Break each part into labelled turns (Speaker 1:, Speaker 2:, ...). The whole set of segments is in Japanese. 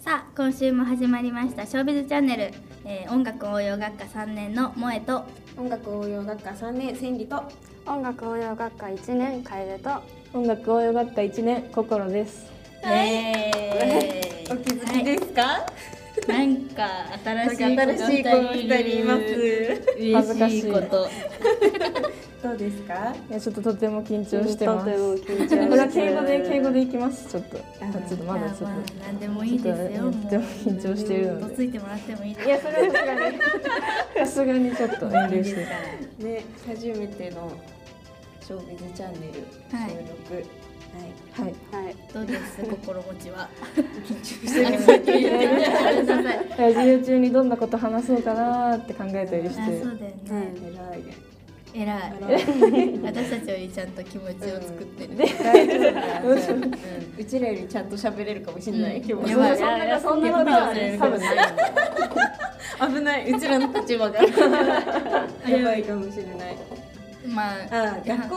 Speaker 1: さあ今週も始まりました「ショービズチャンネル」えー音楽応用学科3年の萌えと
Speaker 2: 音楽応用学科3年千里と
Speaker 3: 音楽応用学科1年楓と
Speaker 4: 音楽応用学科1年心です
Speaker 1: えー
Speaker 2: お気づきですか、
Speaker 1: なんか新しい
Speaker 2: なんか新しい子が二人います
Speaker 1: ます嬉しいこと
Speaker 2: どうですか
Speaker 4: いやちょっととても緊張してます
Speaker 3: とても緊張
Speaker 4: こ れは
Speaker 3: して
Speaker 4: 敬語で敬語
Speaker 3: で
Speaker 4: でいきますちょっとあちょっとまだちょっ
Speaker 1: まあ
Speaker 4: と
Speaker 1: まあ何でもいいですよ
Speaker 4: ちょっと
Speaker 1: もう
Speaker 4: でも緊張してるので
Speaker 1: どついてもらってもいいです
Speaker 4: いや それはさすがにさすがにちょっと遠慮して
Speaker 1: か
Speaker 2: ね初めてのショービズチャンネル
Speaker 1: はい
Speaker 2: 収録はい、
Speaker 4: はい
Speaker 3: はい
Speaker 1: どうです心持ちは
Speaker 4: ラジオ中にどんなこと話そうかなーって考えたりして
Speaker 1: あそうだよね
Speaker 2: 偉いね
Speaker 1: 偉い
Speaker 2: 偉い
Speaker 1: 私たちよりちゃんと気持ちを作ってる、
Speaker 2: 大丈夫だ大丈夫うちらよりちゃんと喋れるかもしれない、
Speaker 1: うん
Speaker 2: 今日
Speaker 1: やばい
Speaker 2: そんな
Speaker 4: そんな
Speaker 1: やば
Speaker 4: こ
Speaker 1: い
Speaker 4: とは
Speaker 1: やばい
Speaker 4: 多分ない
Speaker 2: 危ないうちらの立 場がやばいかもしれない
Speaker 1: まあ
Speaker 2: あ学校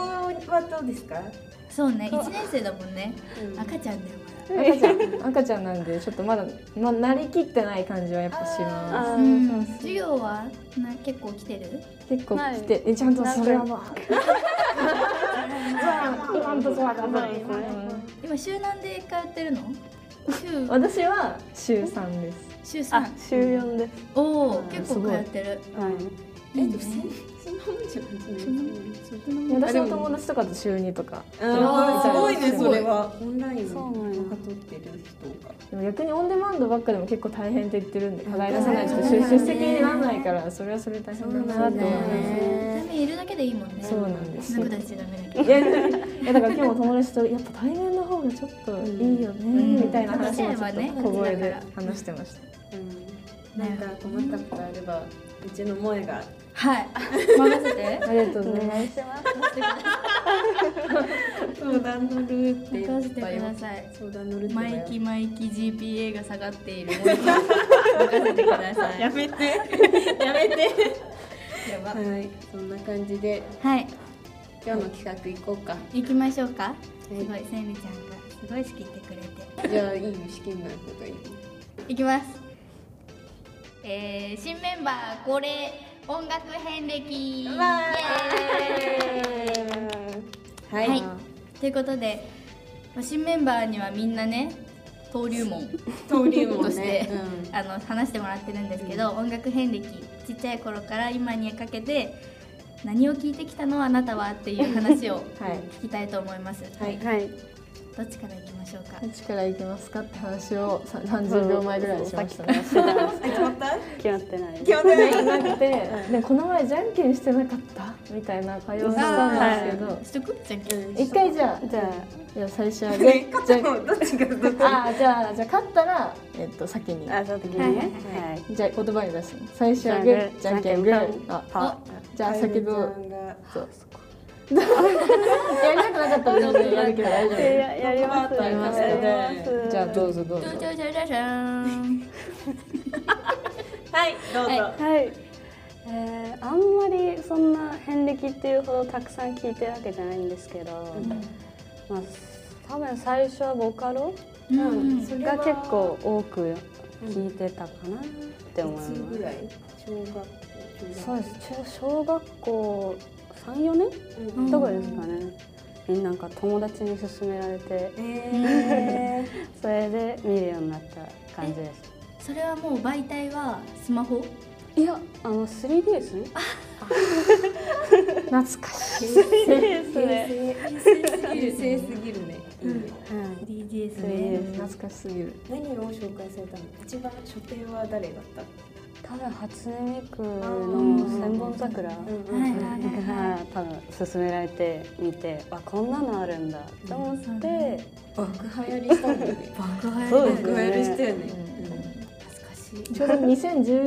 Speaker 2: はどうですか、
Speaker 1: そうね1年生だもんね
Speaker 2: うん
Speaker 1: 赤ちゃんだよま
Speaker 4: 赤ちゃん赤ちゃんなんでちょっとまだまあなりきってない感じはやっぱします
Speaker 1: だ、
Speaker 2: あ
Speaker 1: うん、授業はな結構来てる
Speaker 4: 結構来て、えちゃんとそれはまあ。 今んとこわかんないですね
Speaker 1: 今週何で通ってるの週
Speaker 4: 私は週三です。
Speaker 1: 週三
Speaker 3: 週4です
Speaker 1: おお
Speaker 2: うん
Speaker 1: 結構通ってる
Speaker 3: はい
Speaker 1: いいね
Speaker 2: えそんなもんじゃない
Speaker 4: 私の友達とかと週二とか。
Speaker 2: あーすごいね
Speaker 4: す
Speaker 2: そ
Speaker 4: ごい
Speaker 2: れはオンライン
Speaker 3: そうなんや
Speaker 2: とか撮ってる人が
Speaker 4: でも逆にオンデマンドばっかでも結構大変って言ってるんで課題出さないと
Speaker 1: うん
Speaker 4: 出出席にならないからそれはそれで大変だなって思い
Speaker 1: よ
Speaker 4: ま
Speaker 1: ねダメいるだけでいいもんね
Speaker 4: そうなんですよ
Speaker 1: 僕たちダメだけど
Speaker 4: す。いやいやだから今日も友達とやっぱ対面の方がちょっといいよ
Speaker 1: ん
Speaker 4: ねみたいな話もちょっと小声で
Speaker 1: うん
Speaker 4: 話してました。
Speaker 2: うんなんか困ったことあればうちの萌えが
Speaker 1: はい任せて
Speaker 4: ありがとうございます。
Speaker 3: 願いします
Speaker 2: 相談乗るってい
Speaker 1: 任せ
Speaker 2: ってぱ
Speaker 1: く
Speaker 2: い
Speaker 1: ださい
Speaker 2: 相談乗るってば
Speaker 1: マ
Speaker 2: よ
Speaker 1: イキマイキ GPA が下がっているものに 任せてください
Speaker 2: や
Speaker 1: や
Speaker 2: めてやめて
Speaker 1: ば
Speaker 2: はいそんな感じで
Speaker 1: はい
Speaker 2: 今日の企画いこうか
Speaker 1: 行きましょうかすごい
Speaker 2: は
Speaker 1: 千里ちゃんがすごい仕切ってくれて
Speaker 2: じゃあいいよ資金ないこといい
Speaker 1: いきます。えー、新メンバー恒例音楽遍歴。
Speaker 2: わ
Speaker 1: イエーイ
Speaker 2: は
Speaker 1: はい。ということで、まあ新メンバーにはみんなね、登竜 門
Speaker 2: 登竜門
Speaker 1: として
Speaker 2: ね、うん
Speaker 1: あの話してもらってるんですけど、音楽遍歴ちっちゃい頃から今にかけて何を聞いてきたのあなた はっていう話を
Speaker 4: はい
Speaker 1: 聞きたいと思います。
Speaker 2: はい
Speaker 3: はい
Speaker 1: どっちからいきましょうか
Speaker 4: ど。っちから行きますかって話をさ30秒前ぐらいにしましたね。
Speaker 2: あ決まった
Speaker 3: 決まってない
Speaker 2: 決まったね
Speaker 4: なくて、でこの前じゃんけんしてなかったみたいな会話をしたんですけど、
Speaker 1: しとくじゃんけん。
Speaker 2: うん
Speaker 4: 一回じゃあ
Speaker 3: じゃあ
Speaker 4: じゃあ最初はグ
Speaker 2: ね
Speaker 4: ー
Speaker 2: 勝
Speaker 4: じゃ
Speaker 2: ったのどっちがどっち
Speaker 4: ああーじゃあじゃあ勝ったらえっと先に
Speaker 3: あその時にね
Speaker 2: はい
Speaker 3: はい
Speaker 4: じゃあ言葉に出すの最初はグーじ
Speaker 3: じ
Speaker 4: ゃ
Speaker 3: ゃ
Speaker 4: ん
Speaker 3: ん
Speaker 4: け
Speaker 3: け
Speaker 4: ん
Speaker 3: ん
Speaker 4: グ
Speaker 3: じゃんけん
Speaker 4: ーあ
Speaker 3: は
Speaker 4: じゃあ先どう
Speaker 2: が
Speaker 4: そうやりたくなかったら全然やるけど大丈
Speaker 3: えややります
Speaker 2: やります
Speaker 4: よ
Speaker 2: ね
Speaker 3: やります
Speaker 4: 夫じゃあどうぞどう
Speaker 1: じ
Speaker 4: ぞ
Speaker 1: ゃじゃじゃじゃじゃーん。
Speaker 2: はいどうぞ、
Speaker 1: は
Speaker 3: はいえー、あんまりそんな遍歴っていうほどたくさん聞いてるわけじゃないんですけど、まあ多分最初はボカロ
Speaker 1: うん
Speaker 2: それは
Speaker 3: が結構多く聞いてたかなって思います、
Speaker 2: いつぐらい小学校
Speaker 3: そうです中小学校34年
Speaker 2: うん
Speaker 3: とかですかね、になんか友達に勧められて
Speaker 2: え
Speaker 3: それで見るようになった感じです
Speaker 1: それはもう媒体はスマホ
Speaker 3: いやあの 3DS あ
Speaker 4: 懐かしい
Speaker 3: 3DS ね
Speaker 2: ー、優勢すぎるね。いいね
Speaker 1: DJs
Speaker 3: ね
Speaker 1: ね
Speaker 4: 懐かしすぎる
Speaker 2: 何を紹介されたの？一番初手は誰だった？
Speaker 3: 多分初音ミクの「千本桜」
Speaker 2: うん
Speaker 1: はい
Speaker 3: が多分勧められて見てわこんなのあるんだと思って
Speaker 2: 爆流行りしたんだよね。
Speaker 1: 爆破
Speaker 3: そうです
Speaker 2: 爆
Speaker 3: ね
Speaker 2: 流行りしたよね。
Speaker 1: 懐かしい
Speaker 4: ちょうど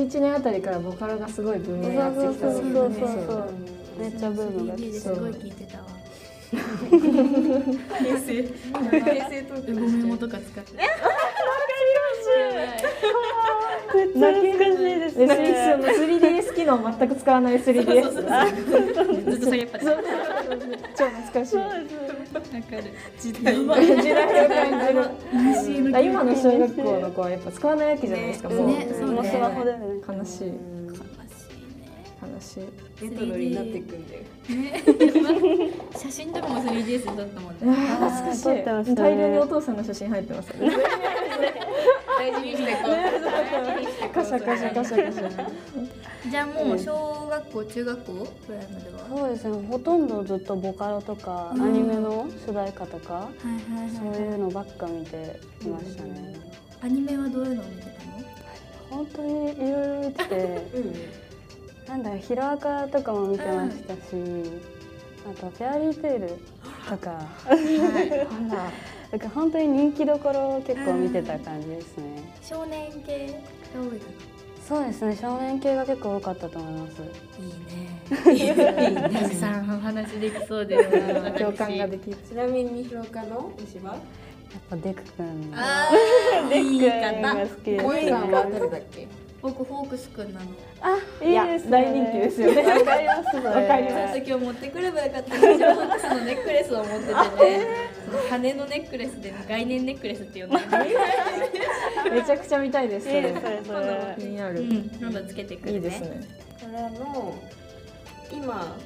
Speaker 4: 2011年あたりからボカロがすごいブームになってきた
Speaker 3: そうそうそうそうそう
Speaker 2: うん
Speaker 3: めっちゃブームが
Speaker 1: 3D ですごい聞いてたわ
Speaker 2: 平成平成と
Speaker 1: うご メモとか使って
Speaker 3: 懐かしいです
Speaker 4: で、3DS の 3DS 機能全く使わない 3DS
Speaker 1: ずっと下げっぱで
Speaker 4: 超懐かしい
Speaker 3: です
Speaker 1: る
Speaker 2: 時代
Speaker 4: 時代を感じる
Speaker 1: 西
Speaker 4: だから今の小学校の子はやっぱ使わないわけじゃないですか、
Speaker 2: ね
Speaker 4: もう
Speaker 1: ねそう
Speaker 3: もうスマホだよね
Speaker 4: 悲しい
Speaker 1: 悲
Speaker 4: 悲しい
Speaker 2: レトロになっていくんだよ
Speaker 1: しいね写真とかも 3DS で撮ったもんね
Speaker 4: あ懐かし
Speaker 3: 撮ってまし
Speaker 4: い
Speaker 3: たね
Speaker 4: 大量にお父さんの写真入ってますよね
Speaker 2: 大事にしてこう大事にしてこう
Speaker 4: カシャカシャカシャカシャ
Speaker 1: じゃあもう小学校中学校ぐらいまではは
Speaker 3: そうですねほとんどずっとボカロとか、
Speaker 1: うん
Speaker 3: アニメの主題歌とか、
Speaker 1: いはい
Speaker 3: そういうのばっか見ていましたね、
Speaker 1: アニメはどういうのを見てたの
Speaker 3: 本当にいろいろ見てて
Speaker 2: うん
Speaker 3: なんだろうヒロアカとかも見てましたし、あと「フェアリーテイル」とかなんか本当に人気どころを結構見てた感じですね、
Speaker 1: 少年系が多いか
Speaker 3: そうですね少年系が結構多かったと思います
Speaker 1: ないいねたくさんお話できそうで
Speaker 4: 共感ができる
Speaker 2: ちなみに広岡の推しは
Speaker 3: やっぱデク君
Speaker 1: ああいい
Speaker 3: が
Speaker 1: 方
Speaker 3: 好きです
Speaker 2: 萌えさんは誰だっけ
Speaker 1: 僕フォークスくんなのち
Speaker 3: あいいですね
Speaker 4: 大人気ですよね
Speaker 3: わかりますわ
Speaker 4: わかり
Speaker 1: ょっ
Speaker 4: ま
Speaker 1: と今日持ってくればよかったフォークスのネックレスを持っててねその羽のネックレスで概念ネックレスって呼んでる
Speaker 4: めちゃくちゃ見たいですそ
Speaker 3: いい
Speaker 4: れ
Speaker 3: ですねそ
Speaker 4: 気
Speaker 3: れ
Speaker 4: にな
Speaker 1: う
Speaker 4: る
Speaker 1: ん今度つけてくるね
Speaker 4: いいですね
Speaker 2: からの今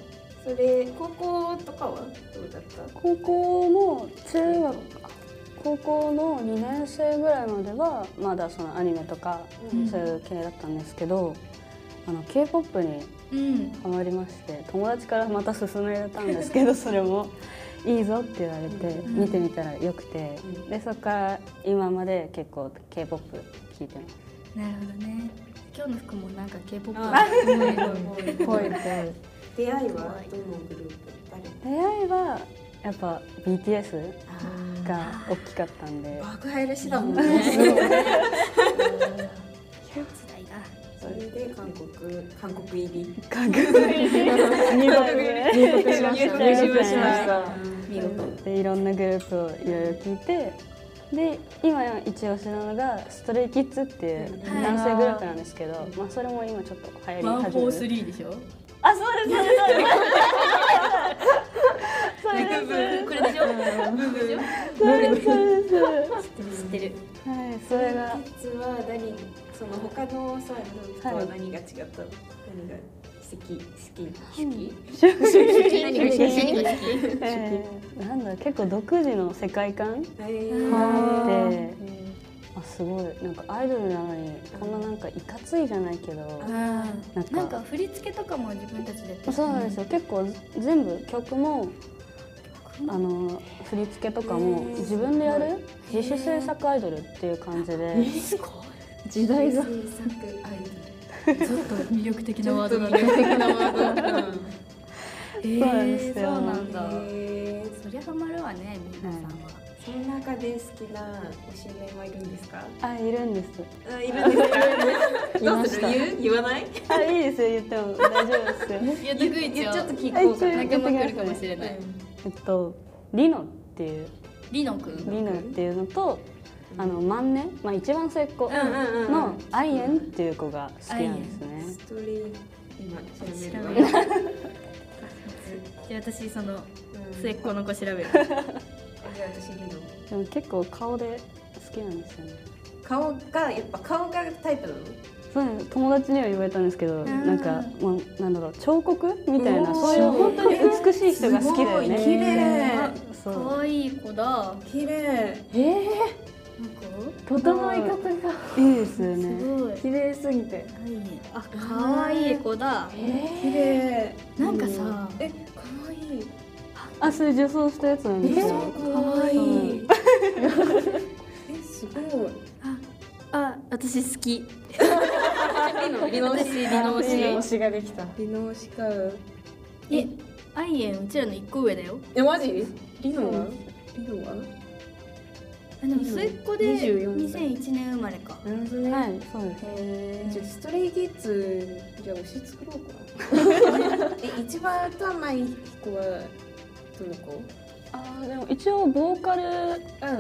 Speaker 2: それ高校とかはどうだった
Speaker 3: 高校も中学高校の2年生ぐらいまではまだそのアニメとか
Speaker 2: うん
Speaker 3: そういう系だったんですけど、あの k p o p に
Speaker 1: うん
Speaker 3: ハマりまして友達からまた勧められたんです けどそれもいいぞって言われて
Speaker 2: うん
Speaker 3: 見てみたらよくて
Speaker 2: うん
Speaker 3: でそこから今まで結構 k p o p 聴いてます
Speaker 1: なるほどね今日の服もなんか K-POP
Speaker 2: あ
Speaker 4: ぽいぽい
Speaker 2: 出会いはどのグループ誰
Speaker 3: 出会いはやっぱ BTS が大きかったんで
Speaker 2: 爆入れしだもんね
Speaker 1: 時代だ
Speaker 2: それで韓国韓国入り
Speaker 3: 韓国入国
Speaker 4: 入国しました
Speaker 3: 入
Speaker 4: 入
Speaker 3: 国
Speaker 4: 国
Speaker 3: し
Speaker 4: し
Speaker 3: ま
Speaker 4: ま
Speaker 3: し
Speaker 4: したた
Speaker 2: 見事
Speaker 3: でいろんなグループをいろいろ聞いてで今一押しなのがストレイキッズっていう
Speaker 1: はい
Speaker 3: 男性グループなんですけど、まあ、それも今ちょっと流行り
Speaker 1: ワンフ
Speaker 3: 始
Speaker 1: ォー
Speaker 3: めて
Speaker 1: ス
Speaker 3: る
Speaker 1: リーでしょ
Speaker 3: あそうです
Speaker 1: これでしょでしょ
Speaker 3: そうですそうですそうで
Speaker 1: 知ってる
Speaker 3: すはいそれが
Speaker 2: 実は何その他のさグループとは何が違った、何が好き好き好き
Speaker 1: 何が好き何が好き
Speaker 3: えーなんだろう結構独自の世界観
Speaker 2: え
Speaker 3: あっ
Speaker 4: は
Speaker 3: てあすごいなんかアイドルなのにこんななんかいかついじゃないけどなんか
Speaker 1: なんか振り付けとかも自分たちでやってる
Speaker 3: そうなんですよ結構ず全部曲もあの振り付けとかも
Speaker 2: へー
Speaker 3: 自分でやる
Speaker 1: ごい
Speaker 3: 自主制作アイドルっていう感じで
Speaker 1: すごい
Speaker 4: い時代
Speaker 2: 制
Speaker 4: が
Speaker 2: 作アイ
Speaker 1: ちょっと魅力的
Speaker 2: ド
Speaker 1: な
Speaker 2: ル
Speaker 1: ワードだ
Speaker 2: ちょっ
Speaker 1: ね
Speaker 2: と魅力的なワード
Speaker 1: え
Speaker 3: そうなんです
Speaker 1: ー
Speaker 3: よ
Speaker 1: そうなんだ
Speaker 2: えー
Speaker 1: そりゃハマるわね皆さんは
Speaker 2: その中で好きな推しメンはいるんですか？
Speaker 3: あいるんです
Speaker 2: あいるんですか？
Speaker 4: いました
Speaker 2: 言う言わない？
Speaker 3: あいいですよ言っても大丈夫ですよ
Speaker 1: いやだぐい
Speaker 2: 言っちゃっと聞
Speaker 3: こうかな
Speaker 1: 仲間来るかもしれない
Speaker 3: えっとリノっていう
Speaker 1: リノくん
Speaker 3: リノっていうのとあのマンネまあ一番末っ子
Speaker 2: うんうんうん。
Speaker 3: のアイエンっていう子が好きなんですね
Speaker 2: ストリー今調
Speaker 1: 調
Speaker 2: べ
Speaker 1: べ
Speaker 2: る
Speaker 1: る
Speaker 2: わ。
Speaker 1: じゃあ私その
Speaker 2: うん
Speaker 1: 末っ子の子調べる
Speaker 2: じゃあ私リノ。
Speaker 3: でも結構顔で好きなんですよね
Speaker 2: 顔がやっぱ顔がタイプなの？
Speaker 3: そうなんです友達には言われたんですけどなんかもうなんだろう彫刻みたいな
Speaker 2: おー
Speaker 3: そういう本当に美しい人が好きだよ
Speaker 2: すごい綺
Speaker 3: ね
Speaker 2: 麗。
Speaker 3: そ
Speaker 1: か
Speaker 3: う
Speaker 1: わいい子だ
Speaker 2: 綺麗。
Speaker 4: えー
Speaker 1: なんか
Speaker 4: 整い方が
Speaker 3: いいですよ
Speaker 1: す
Speaker 3: ね。
Speaker 1: ごい
Speaker 4: 綺麗すぎて
Speaker 1: あ可愛いい子だ
Speaker 2: 綺麗。
Speaker 1: なんかさ
Speaker 2: え可愛い。
Speaker 3: あ、それ女装したやつなんですよ。
Speaker 2: 可愛い。えすごい。
Speaker 1: あ私好き
Speaker 2: リノリノ
Speaker 1: 私リノ推し
Speaker 4: しができた
Speaker 2: リノしかう。
Speaker 1: えアイエンうちらの一個上だよ
Speaker 2: えマジ？リノは？リノは？
Speaker 1: あでも末っ子で
Speaker 2: 24歳
Speaker 1: 2001年生まれか
Speaker 2: なるほどね
Speaker 3: はい、そうです。
Speaker 2: えーちょっとストレイキッズじゃあ推し作ろうかな え一番わかんない子はどの子
Speaker 3: あー、でも一応ボーカル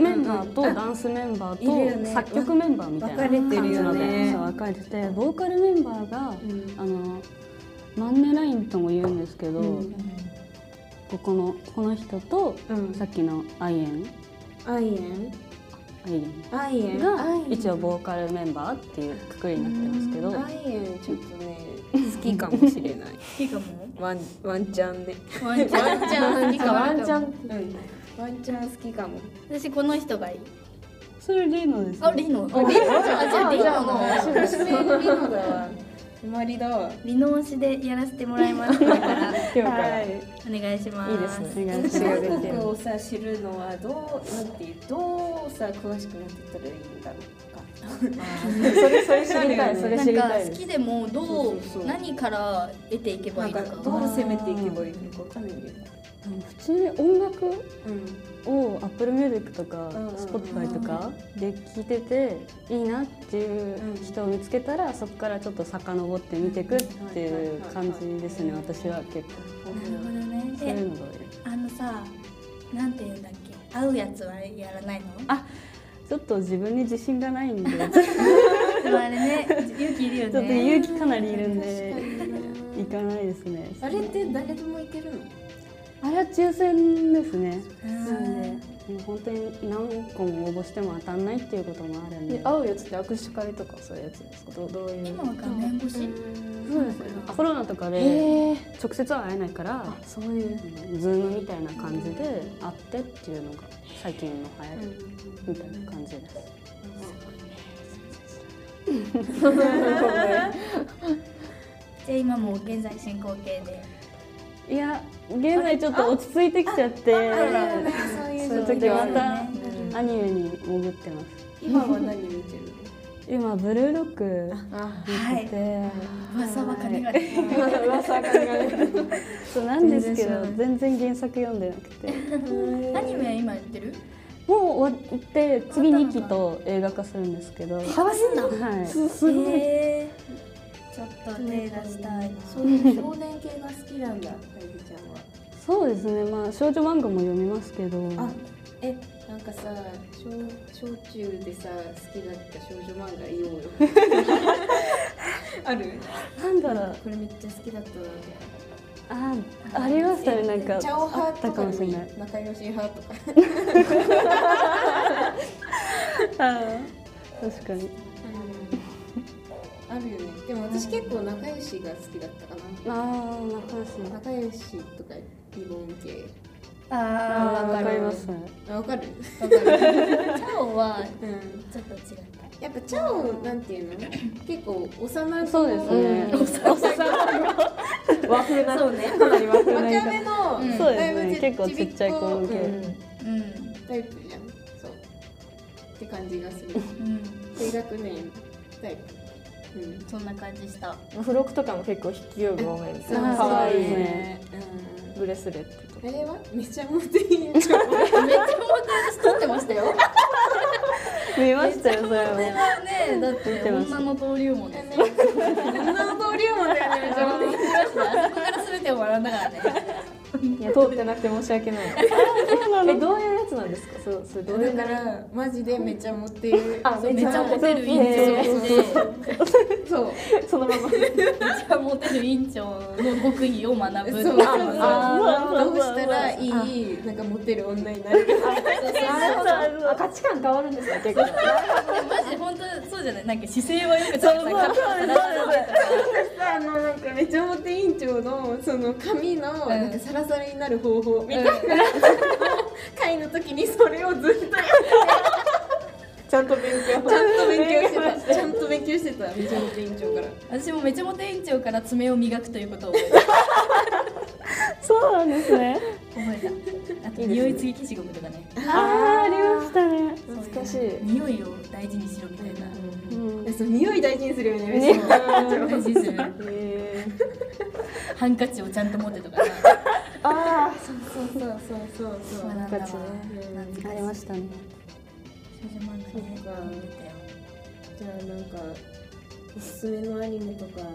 Speaker 3: メンバーとダンスメンバ
Speaker 2: いるよ
Speaker 3: ーと
Speaker 2: ね
Speaker 3: 作曲メンバーみたいな
Speaker 2: 分
Speaker 3: 感
Speaker 2: かれ
Speaker 3: じ
Speaker 2: てるよ
Speaker 3: なの
Speaker 2: ね
Speaker 3: で、そう分かれてて、ボーカルメンバーが
Speaker 2: うん
Speaker 3: あのマンネラインとも言うんですけど、
Speaker 2: うん
Speaker 3: こここのこの人と
Speaker 2: うん
Speaker 3: さっきのアイエン
Speaker 2: アイエン
Speaker 3: アイエン
Speaker 2: アイエン
Speaker 3: が
Speaker 2: アイエン
Speaker 3: 一応ボーカルメンバーっていうくくりになってますけど
Speaker 2: アイエンちょっとね好きかもしれ ない
Speaker 1: いいかも
Speaker 2: ワンワンチャンね
Speaker 1: ワンちゃんワンちゃん好きかも
Speaker 4: ワンちゃん
Speaker 2: うんワンチャン好きかも
Speaker 1: 私この人がいい
Speaker 3: それリーノです
Speaker 1: あ
Speaker 3: ね
Speaker 1: リノあじゃあリノの
Speaker 2: 私もリノだわ決まりだわ
Speaker 1: リノ推しでやらせてもらいますこれから
Speaker 3: 今日から
Speaker 2: い
Speaker 1: お願いします
Speaker 3: いいですね
Speaker 1: ね
Speaker 3: お願いしま
Speaker 2: 韓
Speaker 3: す
Speaker 2: 国をさ知るのはどうなんていうどうさ詳しくなってったらいいんだろう
Speaker 4: それそれ知りた
Speaker 2: ないるよね
Speaker 4: それ知り
Speaker 1: な
Speaker 4: た
Speaker 1: んか
Speaker 4: いで
Speaker 1: 好
Speaker 4: す
Speaker 1: きでもど
Speaker 2: そううそうそう
Speaker 1: 何から得ていけばいい
Speaker 2: か
Speaker 1: の
Speaker 2: なんか
Speaker 1: か
Speaker 2: どう攻めていけばいいのかわかんないんだよね
Speaker 3: うん普通に音楽
Speaker 2: うん
Speaker 3: を Apple Music とか
Speaker 2: うんうん
Speaker 3: Spotify とかで聴いてていいなっていう人を見つけたらそこからちょっと遡って見てくっていう感じですね私は結構
Speaker 1: なるほどね
Speaker 3: そうい
Speaker 1: で
Speaker 3: うのが多いです
Speaker 1: あのさなんて言うんだっけ会うやつはやらないの
Speaker 3: あちょっと自分に自信がないんでちょっ
Speaker 1: でもあれね勇気いるよね
Speaker 3: と勇気かなりいるんで
Speaker 2: 確か
Speaker 3: 行
Speaker 2: にな
Speaker 3: かないですね
Speaker 2: あれって誰でもいけるの
Speaker 3: あれは抽選ですね
Speaker 1: うん
Speaker 3: もう本当に何個も応募しても当たんないっていうこともあるんで
Speaker 4: で会うやつって握手会とかそういうやつですかどうどういう
Speaker 1: 今は画面越し、
Speaker 3: そうですねコロナとか
Speaker 4: え
Speaker 3: で
Speaker 4: ー、
Speaker 3: 直接は会えないから
Speaker 4: そういう
Speaker 3: ズームみたいな感じで会ってっていうのが最近の流行りみたいな感じです。
Speaker 1: じゃあ今もう現在進行形で
Speaker 3: いや現在ちょっと落ち着いてきちゃって
Speaker 2: そうい
Speaker 3: そういう時はまたアニメに潜ってます。
Speaker 2: 今は何見てるの
Speaker 3: 今ブルーロック見てて、
Speaker 1: 噂は金が出ない
Speaker 4: 噂が
Speaker 3: そうなんですけど全然原作読んでなくて、
Speaker 1: アニメは今やってる
Speaker 3: もう終わって次2期と映画化するんですけど、は
Speaker 1: わすんだ
Speaker 3: い。
Speaker 1: すごい、えーちょっと手出したいな
Speaker 2: そういう少年系が好きなんだ、あゆみちゃんは。
Speaker 3: そうですね。まあ少女漫画も読みますけど、
Speaker 2: あえなんかさ小小中でさ好きだった少女漫画言おうよある
Speaker 3: なんだろう。
Speaker 2: これめっちゃ好きだったなみたいな
Speaker 3: あありましたねなんか
Speaker 2: チャオ
Speaker 3: あ
Speaker 2: 派
Speaker 3: った
Speaker 2: と
Speaker 3: か
Speaker 2: か
Speaker 3: もしれ
Speaker 2: に
Speaker 3: ない。
Speaker 2: 仲良し派とか
Speaker 3: 確かに。
Speaker 2: あるよねでも私結構仲良しが好きだったか
Speaker 3: ああ仲良し。
Speaker 2: な仲良しとかリボン系
Speaker 1: あー
Speaker 3: わかります。
Speaker 2: あわかるわか
Speaker 1: チ
Speaker 2: る、
Speaker 1: ャオは
Speaker 2: うん、
Speaker 1: ちょっと違った
Speaker 2: やっぱチャオなんていうの結構幼い子
Speaker 3: そうですね。
Speaker 4: 和風な
Speaker 1: そうね
Speaker 4: かなり和風
Speaker 2: 若
Speaker 4: な言い方
Speaker 2: めの、
Speaker 1: うん
Speaker 3: そう
Speaker 2: だいぶ
Speaker 3: ですね。結構ちっちゃい子向け。
Speaker 2: うん
Speaker 1: うん
Speaker 2: タイプじゃんそうって感じがする
Speaker 1: うん
Speaker 2: 低学年タイプうん
Speaker 1: そんな感じした
Speaker 4: 付録とかも結構筆記用具多めです
Speaker 3: あー
Speaker 4: 可愛い
Speaker 3: そうですね
Speaker 2: うん
Speaker 4: ブレスレットとか
Speaker 2: あれはめちゃモテいい
Speaker 1: めっちゃ私撮ってましたよ
Speaker 3: 見ましたよそれ
Speaker 1: これ
Speaker 3: も。
Speaker 1: はねだっ
Speaker 3: 見
Speaker 1: て
Speaker 3: てます
Speaker 1: 女の登竜門ですよ
Speaker 2: 女の通りもだよねめちゃモテいい
Speaker 1: あそこから全てを学んだからね
Speaker 4: いや通ってなくて申し訳ないえどういうやつなんですかそうそれどうい
Speaker 2: だ
Speaker 4: う
Speaker 2: からマジでめちゃモテる
Speaker 4: あ
Speaker 1: めっちゃモテる
Speaker 4: い
Speaker 1: 院長でめっ
Speaker 2: そう
Speaker 4: そのまま
Speaker 1: ちゃモテる院長の極意を学ぶ
Speaker 2: そうそう
Speaker 4: あ
Speaker 2: どうしたらいいなんかモテる女になるか
Speaker 4: あ価値観変わるんですか結構
Speaker 1: でもマジで本当そうじゃないなんか姿勢はよくちゃんとさ
Speaker 2: あのなんかめちゃモテ委員長のその髪の
Speaker 1: ん
Speaker 2: なんかサラサラになる方法みたいな、会の時にそれをずっと
Speaker 4: ちゃんと勉強
Speaker 2: ちゃんと勉強してた。ちゃんと勉強してた。めちゃめちゃ院長から。
Speaker 1: 私もめちゃモテ院長から爪を磨くということを覚
Speaker 3: そうなんですね。
Speaker 1: えたあと匂い継ぎ消しゴムとかね
Speaker 3: ああありましたね。
Speaker 4: 懐かしい
Speaker 1: 匂いを大事にしろみたいな
Speaker 3: うん。
Speaker 2: そう匂い大事にするよね。めちゃめち
Speaker 1: 大事にする
Speaker 4: え
Speaker 1: ハンカチをちゃんと持ってとかね
Speaker 4: ー、あ
Speaker 2: ゃそうそうそうそうそう。
Speaker 1: 学んだ
Speaker 4: カ
Speaker 1: わ
Speaker 4: チね
Speaker 1: なんていうか
Speaker 3: ありましたね。
Speaker 1: 少女漫画ね
Speaker 2: そ
Speaker 1: 読んでたよ
Speaker 2: っかじゃあなんかおすすめのアニメとか韓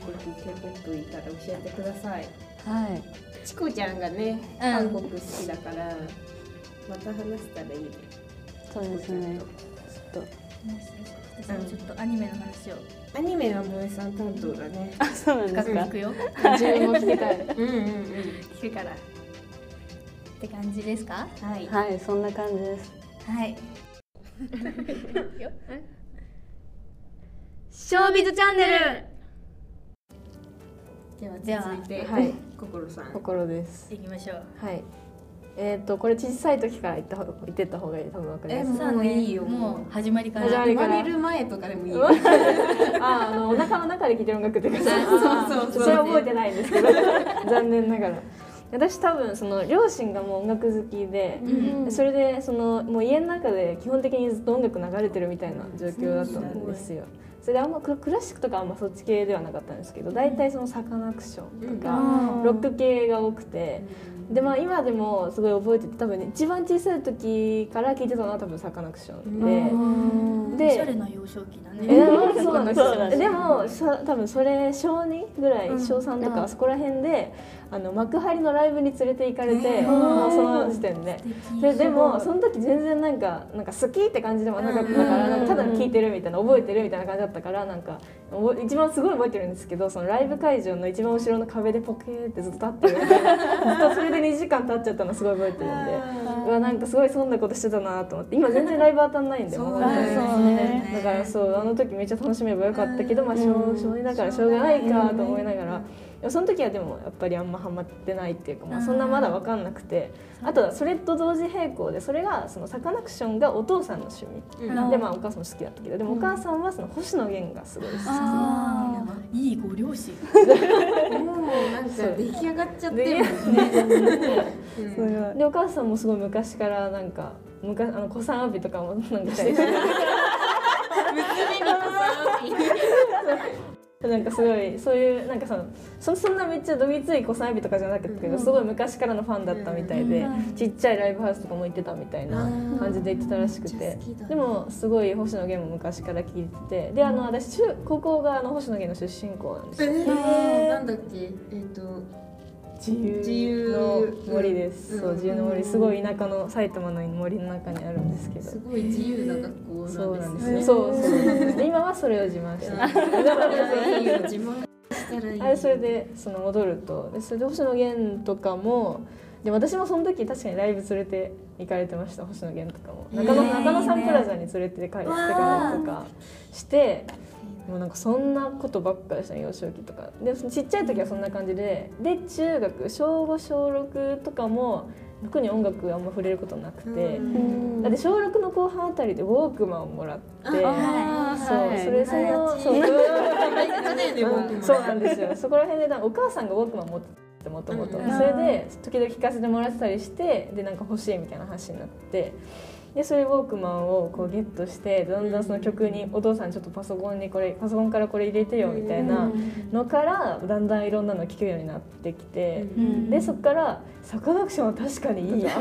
Speaker 2: 国 K-pop いたら教えてください。
Speaker 3: はい。
Speaker 2: チコちゃんがね、韓国好きだからまた話したらいいね。
Speaker 3: そうですね。ちょっ
Speaker 1: 私もちょっとアニメの話を
Speaker 2: アニメは萌えさん担当だね。
Speaker 3: と。あそうなん
Speaker 1: 深
Speaker 3: で
Speaker 1: く
Speaker 3: す
Speaker 1: 聞
Speaker 3: か。
Speaker 1: くよ
Speaker 4: あ自分も聞きたい
Speaker 2: うんうんうん。
Speaker 1: 聞くからって感じですかはいは
Speaker 3: はい、そんな感じです。
Speaker 1: い
Speaker 5: ショービズチャンネル
Speaker 2: では
Speaker 1: では
Speaker 2: 続いて、
Speaker 4: はい
Speaker 2: 心さん
Speaker 4: 心です
Speaker 1: 行きましょう
Speaker 4: はいえっ、とこれ小さい時から言った方が言ってった方がいい多分わかり
Speaker 2: え
Speaker 4: ます
Speaker 2: もういいよ
Speaker 1: もう始まりから
Speaker 4: 始まり
Speaker 2: 生
Speaker 4: か
Speaker 2: ま
Speaker 4: ら
Speaker 2: れる前とかでもいいよ
Speaker 4: ああのお腹の中で聴いてる音楽っていうか
Speaker 2: あそうそうそう
Speaker 4: それは覚えてないんですけど残念ながら私多分その両親がもう音楽好きで、
Speaker 1: うん
Speaker 4: それでそのもう家の中で基本的にずっと音楽流れてるみたいな状況だったんですよそれであんまククラシックとかあんまそっち系ではなかったんですけど大体そのサカナクションとか、
Speaker 1: うん
Speaker 4: ロック系が多くて、でまあ今でもすごい覚えてて多分ね一番小さい時から聴いてたのは多分サカナクションで、
Speaker 1: うん
Speaker 4: で
Speaker 1: おしゃれな幼少期だね
Speaker 4: え ーそうなんです
Speaker 3: そうなん
Speaker 4: よ
Speaker 3: です
Speaker 4: でもさ多分それ小2ぐらい、小3とかそこら辺であの幕張のライブに連れて行かれて、もうその時点で。それでもその時全然なんかなんか好きって感じでもなかったからなんかただ聞いてるみたいな覚えてるみたいな感じだったからなんかお一番すごい覚えてるんですけどそのライブ会場の一番後ろの壁でポケーってずっと立ってるみたいなずっとそれで2時間経っちゃったのすごい覚えてるんでうわなんかすごい損なことしてたなと思って今全然ライブ当たんないんでもう
Speaker 2: そうだよね
Speaker 4: そうねだからそうあの時めっちゃ楽しめばよかったけどまあ小小2だからしょうがないかと思いながら。でもその時はでもやっぱりあんまハマってないっていうか、まあ、そんなまだ分かんなくてあとはそれと同時並行でそれがそのサカナクションがお父さんの趣味、
Speaker 1: うん
Speaker 4: でまあお母さんも好きだったけどでもお母さんはその星野源がすごい好き
Speaker 1: あーいいご両親
Speaker 2: もうなんか出来上がっちゃって
Speaker 4: で
Speaker 2: るもんね、うん
Speaker 4: でお母さんもすごい昔からなんか昔あの子さんアビとかもなんかしたりしてなんかすごいそういうなんかそのそそんなめっちゃどぎつい子さんアビとかじゃなかったけど、すごい昔からのファンだったみたいで、ちっちゃいライブハウスとかも行ってたみたいな感じで行ってたらしくて、でもすごい星野源も昔から聞いててであの私中高校があの星野源の出身校なんですよ。
Speaker 2: えー、なんだっけえっ、と
Speaker 4: 自由
Speaker 2: 自由
Speaker 4: の森です、
Speaker 2: うん
Speaker 4: そう自由の森すごい田舎の埼玉の森の中にあるんですけど
Speaker 2: すごい自由な学校
Speaker 4: そうな
Speaker 2: なんん
Speaker 4: で
Speaker 2: ですす
Speaker 4: よ。
Speaker 2: ね
Speaker 4: そうそうなんです。で今はそれを自慢してます。
Speaker 2: いいよ自慢したらいい
Speaker 4: あれそれでその戻るとでそれで星野源とかもで私もその時確かにライブ連れて行かれてました星野源とかも中野,、
Speaker 1: へー
Speaker 4: 中野サンプラザに連れて帰ってからとかしてもうなんかそんなことばっかでしたね幼少期とかでそのちっちゃい時はそんな感じでで中学小5小6とかも特に音楽あんま触れることなくて、だって小6の後半あたりでウォークマンをもらって。
Speaker 3: あ
Speaker 4: そう、
Speaker 3: はい
Speaker 4: それその、そう、
Speaker 2: 大切だよね僕も
Speaker 4: そうなんですよ。 そこら辺でなんかお母さんがウォークマン持っててもともと、
Speaker 2: うん
Speaker 4: それで時々聞かせてもらってたりして、でなんか欲しいみたいな話になって。でそういうウォークマンをこうゲットしてだんだんその曲にお父さんちょっとパソコンにこれパソコンからこれ入れてよみたいなのからだんだんいろんなの聴くようになってきて、
Speaker 3: ん
Speaker 4: でそこからサカナクションは確かにいいやそ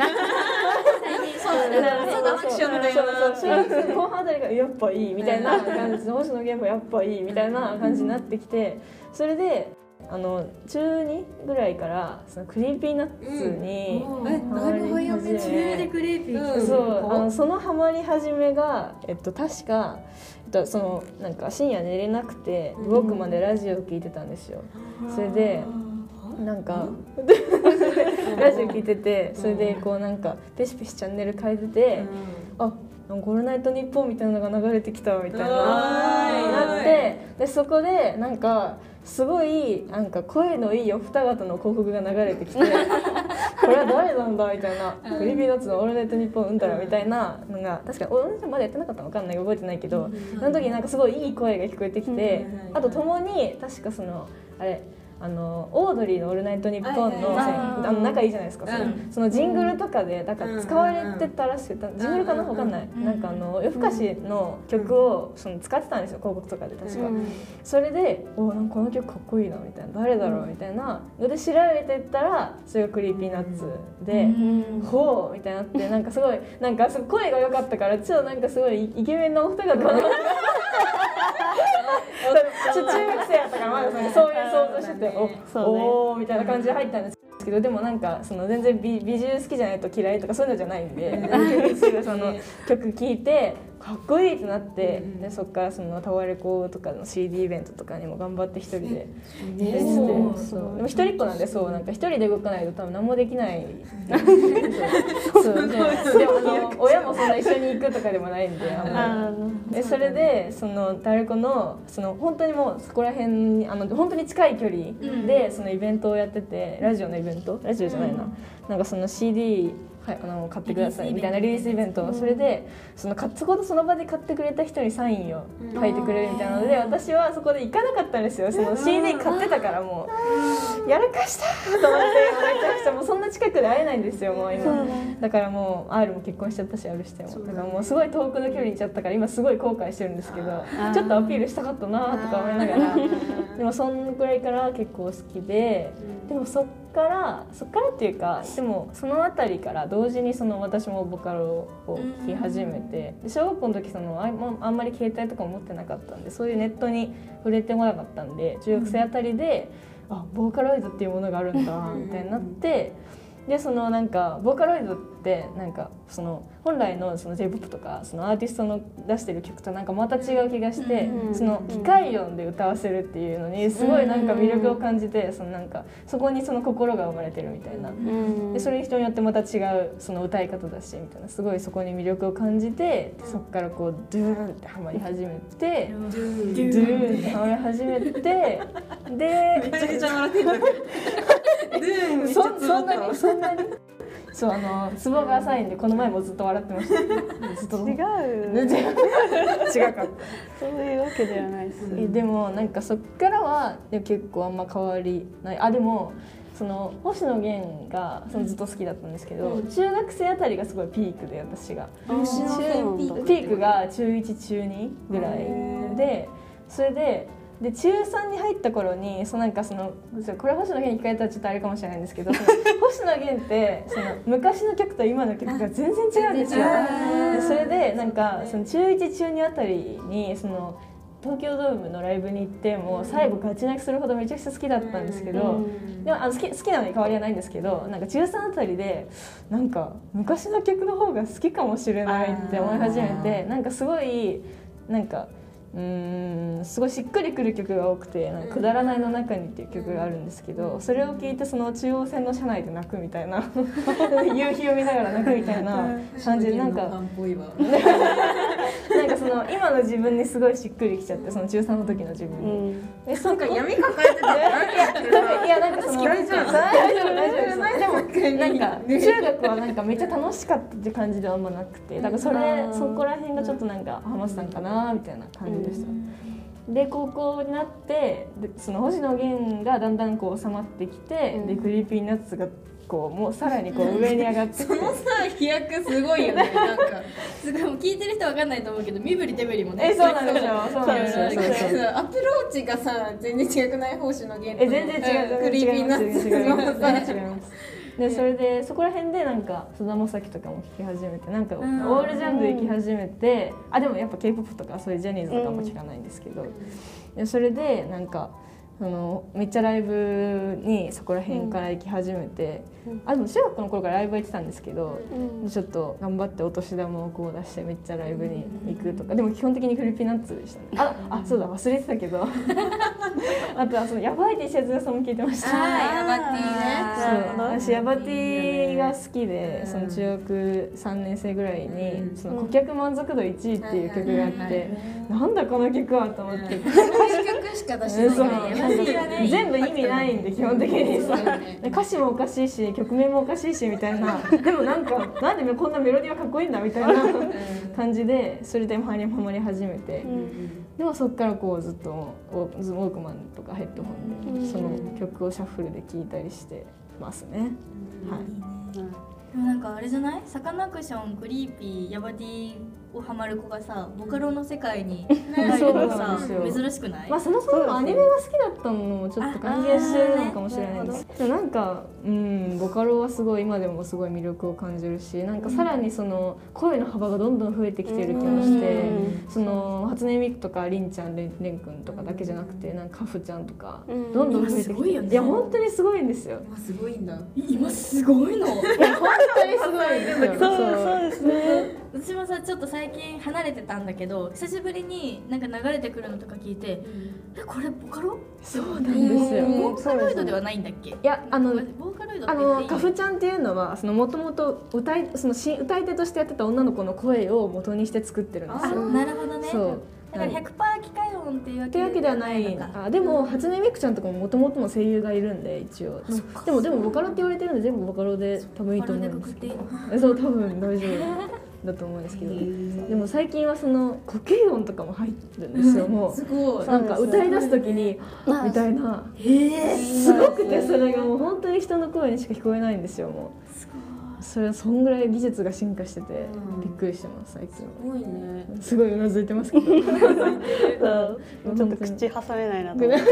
Speaker 4: う
Speaker 2: アクションだよな
Speaker 4: そうそう小学生後半あたりがやっぱいいみたいな感じで星野源もやっぱいいみたいな感じになってきてそれであの中2ぐらいからそのクリーピーナッツに
Speaker 2: え
Speaker 4: ハマ
Speaker 2: だいぶ
Speaker 4: り
Speaker 2: 早
Speaker 4: 始
Speaker 2: め
Speaker 4: め
Speaker 1: クレープ
Speaker 2: うん
Speaker 4: そうあのそのハマり始めが、えっと、確か、えっと、そのなんか深夜寝れなくてウォークマンでラジオを聞いてたんですよ、それでなんかラジオ聞いててそれでこうなんかペシペシチャンネル変えてて、あなんか「オールナイトニッポン」みたいなのが流れてきたみたいななってでそこでなんかすごいなんか声のいいお二方の広告が流れ てきてこれは誰なんだみたいな「クリーピーナッツのオールナイトニッポンうんたら」みたいなのが確かオールナイトまだやってなかったのわかんない覚えてないけどその時なんかすごいいい声が聞こえてきてあと共に確かそのあれあのオードリーの「オールナイトニッポ
Speaker 2: は
Speaker 4: ンの」
Speaker 1: は
Speaker 2: い
Speaker 1: いはい
Speaker 4: あの仲いいじゃないですか、そのそのジングルとかでなんか使われてたらしくてジングルかなわかんない、
Speaker 1: ん
Speaker 4: なんかあの夜更かしの曲をその使ってたんですよ広告とかで確か、
Speaker 3: うん
Speaker 4: それで「おなんかこの曲かっこいいな」みたいな「誰だろう?」みたいなので調べてったらそれが「クリーピーナッツで。ほうみたいになってなんかすごいなんかすごい声が良かったからちょっとなんかすごいイケメンなお二方のちょ中学生やったからまだそのそういう想像してて
Speaker 3: そ
Speaker 4: お
Speaker 3: うね
Speaker 4: おーみたいな感じで入ったんですけどでもなんかその全然美美女好きじゃないと嫌いとかそういうのじゃないんでその曲聴いてかっこいいってなって、
Speaker 5: うんうん
Speaker 4: でそっからそのタワレコとかの CD イベントとかにも頑張って一人で出て
Speaker 5: お
Speaker 1: ー
Speaker 4: そうでも一人っ子なんでそうなんか一人で動かないと多分何もできないそうそうででもあの親もそんな一緒に行くとかでもないんであんまり。
Speaker 5: あ
Speaker 4: でそれでそのタルコのその本当にもうそこら辺にあの本当に近い距離でそのイベントをやっててラジオのイベントラジオじゃないな、なんかその CD はい、あの買ってくださいみたいなリリースイベントをそれでその買っそこでその場で買ってくれた人にサインを書いてくれるみたいなので私はそこで行かなかったんですよその CD 買ってたからもうやらかしたと思ってめちゃくちゃもうそんな近くで会えないんですよもう今。だからもう R も結婚しちゃったし R してもだからもうすごい遠くの距離に行っちゃったから今すごい後悔してるんですけどちょっとアピールしたかったなとか思いながらでもそんくらいから結構好きででもそっからそっからっていうかでもその辺りから同時にその私もボカロを聴き始めてで小学校の時そのあんあんまり携帯とかも持ってなかったんでそういうネットに触れてこなかったんで中学生あたりで、あボーカロイドっていうものがあるんだみたいになって。でそのなんかボーカロイドってなんかその本来のその J−POP とかそのアーティストの出してる曲となんかまた違う気がして、
Speaker 3: うん
Speaker 4: その機械音で歌わせるっていうのにすごいなんか魅力を感じてそのなんかそこにその心が生まれてるみたいなでそれ人によってまた違うその歌い方だしみたいなすごいそこに魅力を感じてでそこからこうドゥーンってハマり始めてドゥーンってハマり始めてで
Speaker 5: めちゃくちゃ笑ってんだけどでめっちゃ
Speaker 4: そ
Speaker 5: つぶ
Speaker 4: そ
Speaker 5: っ
Speaker 4: ん
Speaker 5: た
Speaker 4: なにそんなにそうあのツボが浅いんでこの前もずっと笑ってましたずっと 違
Speaker 3: 違
Speaker 4: 違
Speaker 3: う
Speaker 4: うか
Speaker 3: そういうわけではないです
Speaker 4: えでもなんかそっからはでも結構あんま変わりないあでもその星野源がそのずっと好きだったんですけど、中学生あたりがすごいピークで私が
Speaker 3: 虫の線
Speaker 4: ピークが中1中2ぐらいでそれでで中3に入った頃にそのなんかそのこれ星野源に聞かれたらちょっとあれかもしれないんですけど その星野源ってその昔の曲と今の曲が全然違うんですよ。でそれでなんかその中1中2あたりにその東京ドームのライブに行ってもう最後ガチ泣きするほどめちゃくちゃ好きだったんですけど。でもあの好き好きなのに変わりはないんですけどなんか中3あたりでなんか昔の曲の方が好きかもしれないって思い始めてなんかすごいなんかうーんすごいしっくりくる曲が多くて「なんかくだらないの中に」っていう曲があるんですけどそれを聴いてその中央線の車内で泣くみたいな夕日を見ながら泣くみたいな感じでなんか。
Speaker 5: っぽいわ
Speaker 4: なんかその今の自分にすごいしっくりきちゃってその中3の時の自分に。えそっか
Speaker 5: 闇抱えてたら何やってるの
Speaker 4: いやなんかその
Speaker 5: 嫌いじゃん
Speaker 4: 大丈夫大丈夫
Speaker 5: 大丈夫
Speaker 4: なん か中学はなんかめっちゃ楽しかったって感じではあんまなくてだからそれ
Speaker 3: うん
Speaker 4: そこら辺がちょっとなんかハマってたんかなみたいな感じでしたで高校になってでその星野源がだんだんこう収まってきてでクリーピーナッツがこうもうさらにこう上に上が ってきて
Speaker 5: そのさ飛躍すごいよねなんか
Speaker 1: すごいもう聞いてる人わかんないと思うけど身振り手振りもね
Speaker 4: えそうなんですよそうなんですよそうそうそう
Speaker 5: アプローチがさ全然違くない方針の原
Speaker 4: え全然違う、
Speaker 5: クリーピーナッツ
Speaker 4: 違 います全然違いますでそれでそこら辺でなんか菅田将暉とかも聴き始めてなんかオ
Speaker 1: ん
Speaker 4: ールジャンル行き始めてあでもやっぱ k p o p とかそういうジャニーズとかも聴かないんですけど、でそれでなんかそのめっちゃライブにそこら辺から行き始めて、あでも中学の頃からライブは行ってたんですけど、ちょっと頑張ってお年玉をこう出してめっちゃライブに行くとか、でも基本的にクリーピーナッツでしたねああそうだ忘れてたけ どあとはそのヤバい T シャツ屋さんも聞いてました
Speaker 5: あーヤバティね
Speaker 4: そう私ヤバティが好きで、その中学3年生ぐらいに、
Speaker 5: うん
Speaker 4: その顧客満足度1位っていう曲があって、
Speaker 5: はいはいはい
Speaker 4: なんだこの曲はと思って、
Speaker 5: そういう曲しか出してない
Speaker 4: そ
Speaker 5: か
Speaker 4: う
Speaker 5: ら
Speaker 4: なんか全部意味ないんで基本的にさ歌詞もおかしいし曲名もおかしいしみたいなでもなんかなんでこんなメロディーはかっこいいんだみたいな感じでそれで周りにハマり始めて、でもそっからこうずっとウォークウォークマンとかヘッドホンでその曲をシャッフルで聴いたりしてますね。はい
Speaker 1: でもなんかあれじゃないサカナクションクリーピーヤバティをハマる子がさボカロの世界に入るのさ
Speaker 4: そうなんですよ
Speaker 1: 珍しくない、
Speaker 4: まあそもそもアニメが好きだったのもちょっと関係してるのかもしれないですでもなんかうんボカロはすごい今でもすごい魅力を感じるしなんかさらにその声の幅がどんどん増えてきてる気もしてその初音ミクとかりんちゃんれんれんくんとかだけじゃなくてなんかカフちゃんとかどんどん増えて
Speaker 1: 今す
Speaker 4: き
Speaker 1: ご
Speaker 4: て
Speaker 1: いよね
Speaker 4: いや本当にすごいんですよ
Speaker 5: すごいんだ
Speaker 1: 今すごいの
Speaker 4: 本当にすごいんですよ
Speaker 3: そうそうですね
Speaker 1: 私もさちょっと最最近離れてたんだけど久しぶりになんか流れてくるのとか聞いてえこれボカロ
Speaker 4: そうなんですよ。
Speaker 1: ボーカロイドで
Speaker 3: は
Speaker 1: はないんだっけい
Speaker 4: やあの
Speaker 1: ボーカロイドっ
Speaker 4: あ
Speaker 1: て言ってい
Speaker 4: の
Speaker 1: い
Speaker 4: カフちゃんっていうのはその元々歌いそのし歌い手としてやってた女の子の声を元にして作ってるんです
Speaker 1: あ
Speaker 4: よ。
Speaker 1: なるほどね
Speaker 4: そう。
Speaker 1: だから100%機械音っていうわ
Speaker 4: ってわけ
Speaker 1: け
Speaker 4: ではない
Speaker 1: のか
Speaker 4: あでも初音ミクちゃんとかも元々の声優がいるんで一応でもでもボカロって言われてるんで全部ボカロで多分いい
Speaker 1: ボカ
Speaker 4: と
Speaker 1: ロ
Speaker 4: 思
Speaker 1: で
Speaker 4: うん
Speaker 1: くくっ
Speaker 4: です
Speaker 1: て
Speaker 4: け
Speaker 1: いいの
Speaker 4: ど
Speaker 1: かな
Speaker 4: えそう多分大丈夫だと思うんですけどでも最近はその呼吸音とかも入ってるんですよもう
Speaker 5: すごい。
Speaker 4: なんか歌い出す時にみたいなすごくてそれがもう本当に人の声にしか聞こえないんですよもうそれはそんぐらい技術が進化してて
Speaker 5: うん
Speaker 4: びっくりしてます最近は
Speaker 5: すごいね。
Speaker 4: すごいうなずいてますけ どそう
Speaker 3: ちょっと口挟めないなと思って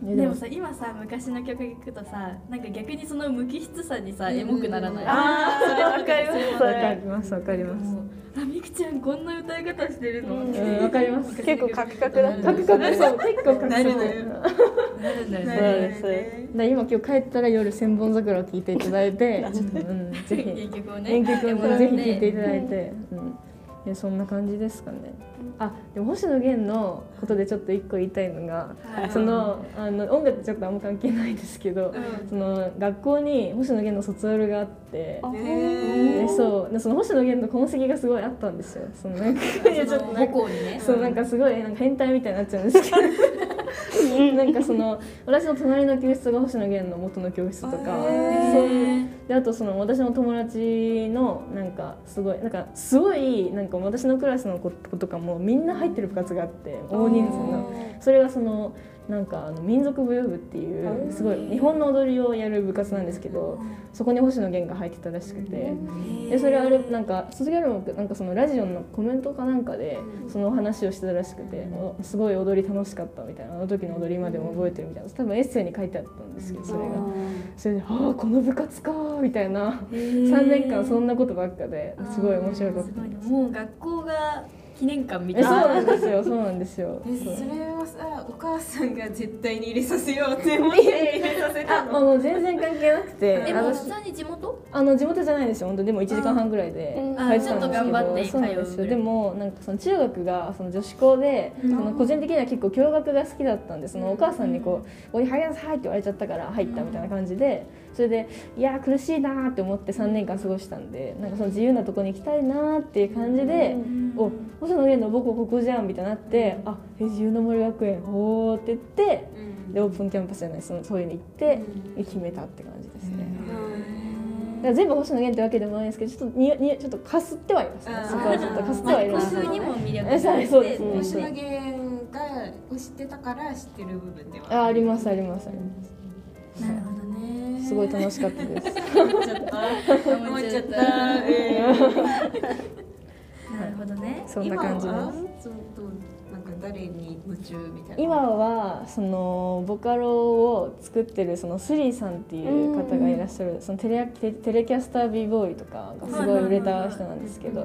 Speaker 4: うん
Speaker 1: でもさ今さ昔の曲聴くとさなんか逆にその無機質さにさエモくならない
Speaker 4: ああわかります
Speaker 3: そ
Speaker 4: わ
Speaker 3: れ
Speaker 4: かりますわかります
Speaker 1: もうあみくちゃんこんな歌い方してるの
Speaker 4: うんわかります
Speaker 1: 昔の
Speaker 3: 結構
Speaker 1: 曲
Speaker 3: カクカクだった
Speaker 4: カクカクそう結構カクカ
Speaker 5: な
Speaker 4: ク
Speaker 5: るね
Speaker 1: なるんだよ
Speaker 5: な
Speaker 1: ね
Speaker 5: るね
Speaker 3: そうで
Speaker 4: だから今今日帰ったら夜千本桜を聴いていただいて、うん、ぜ
Speaker 1: いい
Speaker 4: ひ
Speaker 1: 曲をね
Speaker 4: 演劇をぜひ聴いていた
Speaker 1: だ
Speaker 4: だいて、うんで、そんな感じですかねあでも星野源のことでちょっと一個言いたいのが、
Speaker 1: はい
Speaker 4: そのあの音楽とちょっとあんま関係ないですけど、その学校に星野源の卒アルがあって。
Speaker 5: ね
Speaker 4: でそうでその星野源の痕跡がすごいあったんですよ。そのなんかいやちょっとなんか
Speaker 1: 母校にね
Speaker 4: そうなんかすごいなんか変態みたいになっちゃうんですけどなんかその私の隣の教室が星野源の元の教室とかそういうであとその私の友達のなんかすごいなんかすごいなんか私のクラスの子とかもみんな入ってる部活があって大人数のそれがそのなんかあの民族舞踊部っていうすごい日本の踊りをやる部活なんですけどそこに星野源が入ってたらしくて。でそれあれなんか卒業アルバムなんかそのラジオのコメントかなんかでその話をしてたらしくて、おすごい踊り楽しかったみたいなあの時の踊りまでも覚えてるみたいな多分エッセイに書いてあったんですけどそれがそれで「ああこの部活か」みたいな3
Speaker 1: 3
Speaker 4: 年間そんなことばっかですごい面白かった。
Speaker 1: もう学校が記念館みた
Speaker 4: え
Speaker 1: い
Speaker 4: そう
Speaker 1: な
Speaker 4: なんですよそうなんですよ。
Speaker 5: え
Speaker 4: そう
Speaker 5: それはさお母さんが絶対に入れさせようって思って入れさせた
Speaker 4: あ
Speaker 5: の。
Speaker 4: もう全然関係なくて
Speaker 1: え
Speaker 4: あ
Speaker 1: もう
Speaker 4: の
Speaker 1: 普通に地元
Speaker 4: あの地元じゃないんですよ本当でも1時間半ぐらいで
Speaker 3: うん
Speaker 4: 帰ってたんです
Speaker 1: あちょっと頑張って
Speaker 4: けどそうなんです
Speaker 1: 通うぐら
Speaker 4: よ
Speaker 1: い
Speaker 4: でもなんかその中学がその女子校で、
Speaker 1: うん
Speaker 4: その個人的には結構共学が好きだったんでそのお母さんにこう「おい入りなさい」って言われちゃったから入ったみたいな感じでそれでいやー苦しいなーって思って3年間過ごしたんでなんかその自由なとこに行きたいなーっていう感じで。お星野源の母校ここじゃんみたいになって「あえ自由の森学園ほー」って言ってでオープンキャンパスじゃないそのそういうの行って決めたって感じですね。だから全部星野源ってわけでもないですけどちょっとににちょっとかすってはいますね
Speaker 5: あー
Speaker 4: そこはちょっとかすってはいるん
Speaker 1: まあ
Speaker 4: です
Speaker 1: 風にも魅力
Speaker 4: えそうそうですね
Speaker 5: 星野源が知ってたから知ってる部分では
Speaker 4: あありますありますありま
Speaker 1: なるほどね
Speaker 4: すすごい楽しかったです
Speaker 5: ちょっと思っちゃった。えー
Speaker 1: なるほどね
Speaker 4: そんな感じで
Speaker 5: 今は
Speaker 4: す
Speaker 5: ちょっとなんか誰に夢中みたいな。
Speaker 4: 今はそのボカロを作ってるそのスリーさんっていう方がいらっしゃるそのテレテテレキャスター b ボーイとかがすごい売れた人なんですけど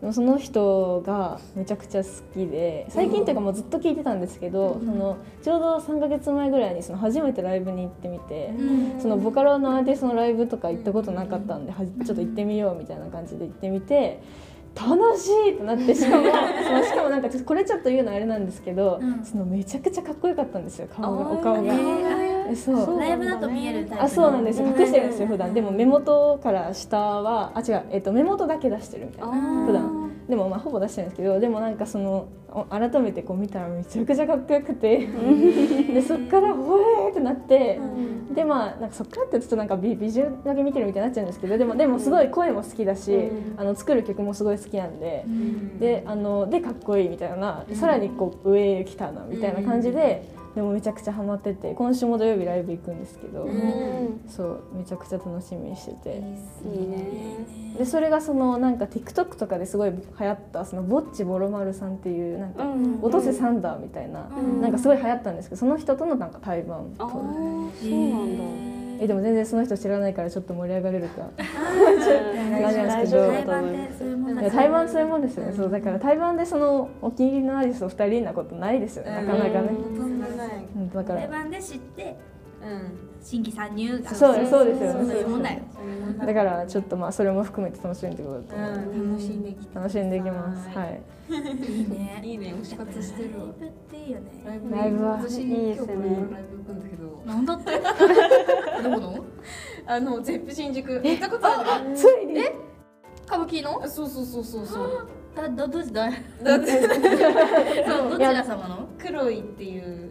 Speaker 4: でもその人がめちゃくちゃ好きで最近っていうかもうずっと聞いてたんですけどそのちょうど3ヶ月前ぐらいにその初めてライブに行ってみてそのボカロのアーティストのライブとか行ったことなかったんではじちょっと行ってみようみたいな感じで行ってみて。楽しいってなってしかもそのしかもなんかちょっとこれちょっと言うのあれなんですけど、
Speaker 1: うん
Speaker 4: そのめちゃくちゃかっこよかったんですよ顔がお顔が
Speaker 1: え。ー
Speaker 4: えそう
Speaker 1: ライブだと見えるタイプの
Speaker 4: あそうなんですよ
Speaker 1: う
Speaker 4: 隠してるんですよ普段でも目元から下はあ違う、えっと、目元だけ出してるみたいな普段でもまあほぼ出してるんですけどでもなんかそのお改めてこう見たらめちゃくちゃかっこよくてでそっからほえーってなって、でまあなんかそっからってちょっとなんかビビジュアルだけ見てるみたいになっちゃうんですけどでもでもすごい声も好きだし、あの作る曲もすごい好きなんで。であのでかっこいいみたいな、さらにこう上へ来たなみたいな感じで、でもめちゃくちゃハマってて今週も土曜日ライブ行くんですけど、そうめちゃくちゃ楽しみにしてて、
Speaker 3: いいね
Speaker 4: でそれがそのなんか TikTok とかですごい流行ったそのぼっちぼろまるさんっていうなんか、
Speaker 3: ん
Speaker 4: 落とせサンダーみたいな、
Speaker 1: うん
Speaker 4: なんかすごい流行ったんですけどその人とのなんか対バン
Speaker 3: ああそうなんだ
Speaker 4: えでも全然その人知らないからちょっと盛り上がれるか
Speaker 1: 台湾ってそういう
Speaker 3: 大丈夫大丈夫だと思います
Speaker 1: もん
Speaker 4: い
Speaker 1: だ
Speaker 4: や台湾そういうもんですよね、そうだから台湾でそのお気に入りのアーティスト2人なことないですよね、なかなかね、
Speaker 5: とんでもない。
Speaker 4: うんだから
Speaker 1: 台湾で知って
Speaker 2: うん
Speaker 1: 新規参入だ
Speaker 4: そうそうですよ
Speaker 1: そうそういうもんだよ
Speaker 4: だからちょっとまあそれも含めて楽しんでことだと
Speaker 2: う
Speaker 4: 思う、
Speaker 2: ん楽しんできた
Speaker 4: 楽しんでいきます
Speaker 2: は
Speaker 4: はいい
Speaker 1: いいね
Speaker 2: いいね推し活してる
Speaker 1: ラ
Speaker 2: わ
Speaker 1: イブっていいよね
Speaker 2: ライブ
Speaker 3: ライブは
Speaker 2: 私
Speaker 3: いいですね
Speaker 2: 今日このライブ行くんだけど
Speaker 1: なんだって どこの
Speaker 2: あのゼップ新宿行ったことある
Speaker 4: ついに
Speaker 1: 歌舞伎の
Speaker 2: あそうそうそうそうそう
Speaker 1: だどどっち だ
Speaker 2: だって
Speaker 1: そうどちら様の
Speaker 2: 黒いっていう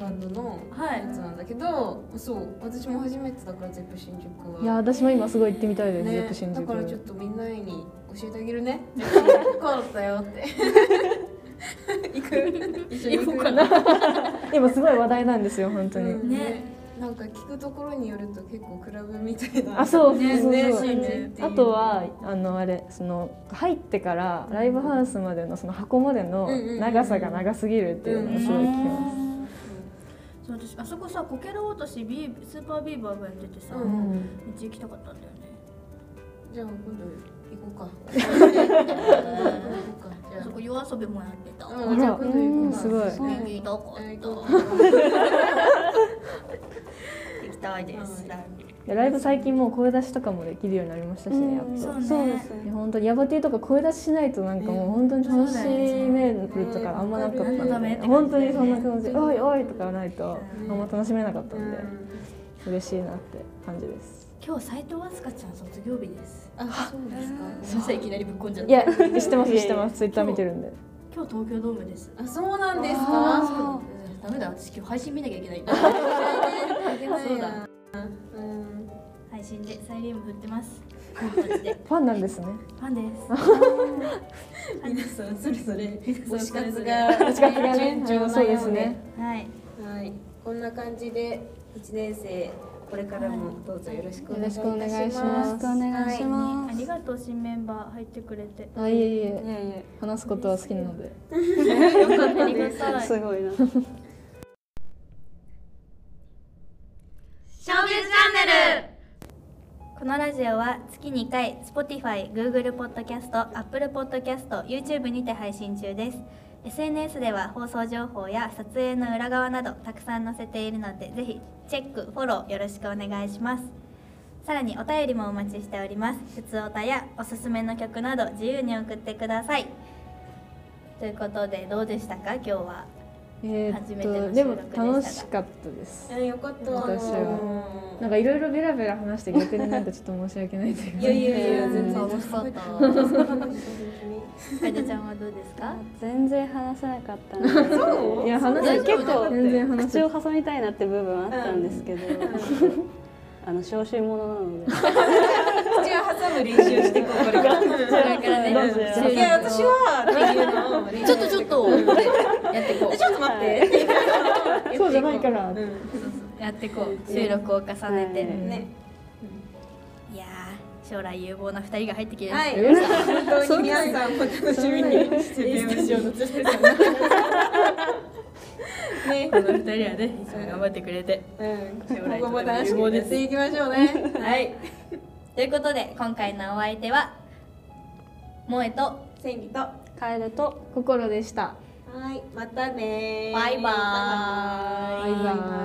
Speaker 2: バンドの
Speaker 1: は
Speaker 2: やつなんだけどそう私も初めてだからゼップ新宿はい
Speaker 4: や私も今すごい行ってみたいです、
Speaker 2: ね
Speaker 4: やっぱ新
Speaker 2: だ
Speaker 4: 宿
Speaker 2: からちょっとみんなに教えてあげるねこうだったよって行く一緒に行くかな
Speaker 4: 今すごい話題なんですよ本当に、
Speaker 2: ね
Speaker 1: ね
Speaker 2: なんか聞くところによると結構クラブみたいな
Speaker 4: あそうそう
Speaker 2: ね
Speaker 4: そうそう、
Speaker 2: ね
Speaker 1: そう
Speaker 2: 感じっていう
Speaker 4: あとはあのあれその入ってからライブハウスまでのその箱までの
Speaker 2: うんうんうんうん
Speaker 4: 長さが長すぎるっていうのがすごい聞きます、
Speaker 1: そう私あそこさこけら落としビースーパービーバーがやっててさ、
Speaker 2: う
Speaker 1: うんめっちゃ行きたかったんだよね
Speaker 2: じゃあ今度行こうか行こうかじゃ
Speaker 1: あ
Speaker 2: あ
Speaker 1: そこ夜遊びもやってた、
Speaker 2: うんじゃあ今度行こうか
Speaker 4: すごい
Speaker 2: う
Speaker 1: 行
Speaker 2: ん
Speaker 1: きたか
Speaker 2: 行こ
Speaker 1: っ
Speaker 2: うか
Speaker 1: た行きたいです、
Speaker 2: は
Speaker 4: でライブ最近もう声出しとかもできるようになりましたしねやっ
Speaker 1: そ
Speaker 4: と。
Speaker 1: うね
Speaker 3: そうです
Speaker 4: いや本当にヤバティとか声出ししないとなんかもう本当に楽しめるとかあんまなかった
Speaker 2: うんダ
Speaker 4: ん
Speaker 1: メって感じ
Speaker 4: で本当にそんな感じ「おいおい」とかないとあんま楽しめなかったんで
Speaker 2: うん
Speaker 4: 嬉しいなって感じです
Speaker 1: 今日斉藤飛鳥ちゃん卒業日です
Speaker 2: あそうですか
Speaker 1: ごめんなさいいきなりぶっこんじゃっ
Speaker 4: い
Speaker 1: た
Speaker 4: や知ってます知ってますツイッター見てるんで
Speaker 1: 今日東京ドームです
Speaker 2: あそうなんです
Speaker 1: あ
Speaker 2: か
Speaker 1: そうダメだ私今日配信見なきゃいけない
Speaker 2: そ
Speaker 1: そうう
Speaker 2: だ
Speaker 1: だ
Speaker 2: うん
Speaker 1: 配信でサイリウム振ってます友達で
Speaker 4: ファンなんですね
Speaker 1: ファンです
Speaker 2: 皆さんそれぞれ 推し活
Speaker 4: 推し活が
Speaker 2: が
Speaker 4: ね
Speaker 2: 順調
Speaker 4: そ
Speaker 2: な
Speaker 4: うで
Speaker 2: よ
Speaker 4: す
Speaker 2: うで
Speaker 4: ね
Speaker 1: はい
Speaker 6: はい、こんな感じで一年生これからもどうぞよろしくお願いいたし
Speaker 4: よろしくお願いし
Speaker 6: ま。
Speaker 4: ますす
Speaker 3: よろしくお願いしま
Speaker 1: あ
Speaker 3: す
Speaker 1: りがとう新メンバー入ってくれて
Speaker 4: あいえいえ
Speaker 3: いやいや
Speaker 4: 話すことは好きなので
Speaker 1: よかったです
Speaker 3: すごいな
Speaker 1: このラジオは月2回 Spotify、Google Podcast、Apple Podcast、YouTube にて配信中です。SNS では放送情報や撮影の裏側などたくさん載せているのでぜひチェック、フォローよろしくお願いします。さらにお便りもお待ちしております。普通おたやおすすめの曲など自由に送ってください。ということでどうでしたか今日は。
Speaker 4: え
Speaker 1: 初めて
Speaker 4: ー
Speaker 1: の
Speaker 4: っ
Speaker 1: 収録
Speaker 4: とでも
Speaker 1: でしたが
Speaker 4: 楽しかったです
Speaker 6: よかった。
Speaker 4: 私はなんかいろいろベラベラ話して逆になんかちょっと申し訳ないというか
Speaker 6: いやいやいや全然
Speaker 1: 楽し かった。かちゃんはどうですか？
Speaker 3: 全然話せなかったな
Speaker 4: いや話
Speaker 1: 大
Speaker 4: せ
Speaker 1: 丈夫
Speaker 4: 結構全然話せ
Speaker 3: 口を挟みたいなって部分あったんですけど、あの小心者なので
Speaker 2: 口を挟む練習してこうこれから
Speaker 1: これからね。
Speaker 2: いや私 はっていうのを練習
Speaker 1: ちょっとちょっとやってこ
Speaker 2: ちょっと待って
Speaker 4: そうじゃないから
Speaker 1: うやってこう収録を重ねて、
Speaker 3: はい
Speaker 2: ね
Speaker 1: い、やー将来有望な二人が入ってきて、、
Speaker 2: はいい本当に皆さんお楽しみにしててましょうのつれさんね
Speaker 1: この二人はねいつも頑張ってくれて
Speaker 2: うん
Speaker 1: 将来
Speaker 2: 今後も楽しみにしていきましょうねはい
Speaker 1: ということで今回のお相手は萌えと
Speaker 2: 千里とは
Speaker 3: カエルと
Speaker 4: 心でした
Speaker 2: いまたね
Speaker 1: バイバーイ
Speaker 4: バイバイ